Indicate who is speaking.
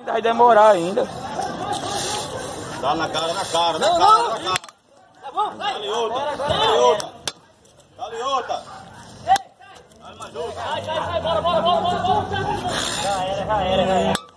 Speaker 1: Ainda Vai demorar ainda.
Speaker 2: Dá na cara, na cara, na cara, na cara. Dá-lhe outra, dá-lhe outra. Dá-lhe outra. Dá-lhe mais outra.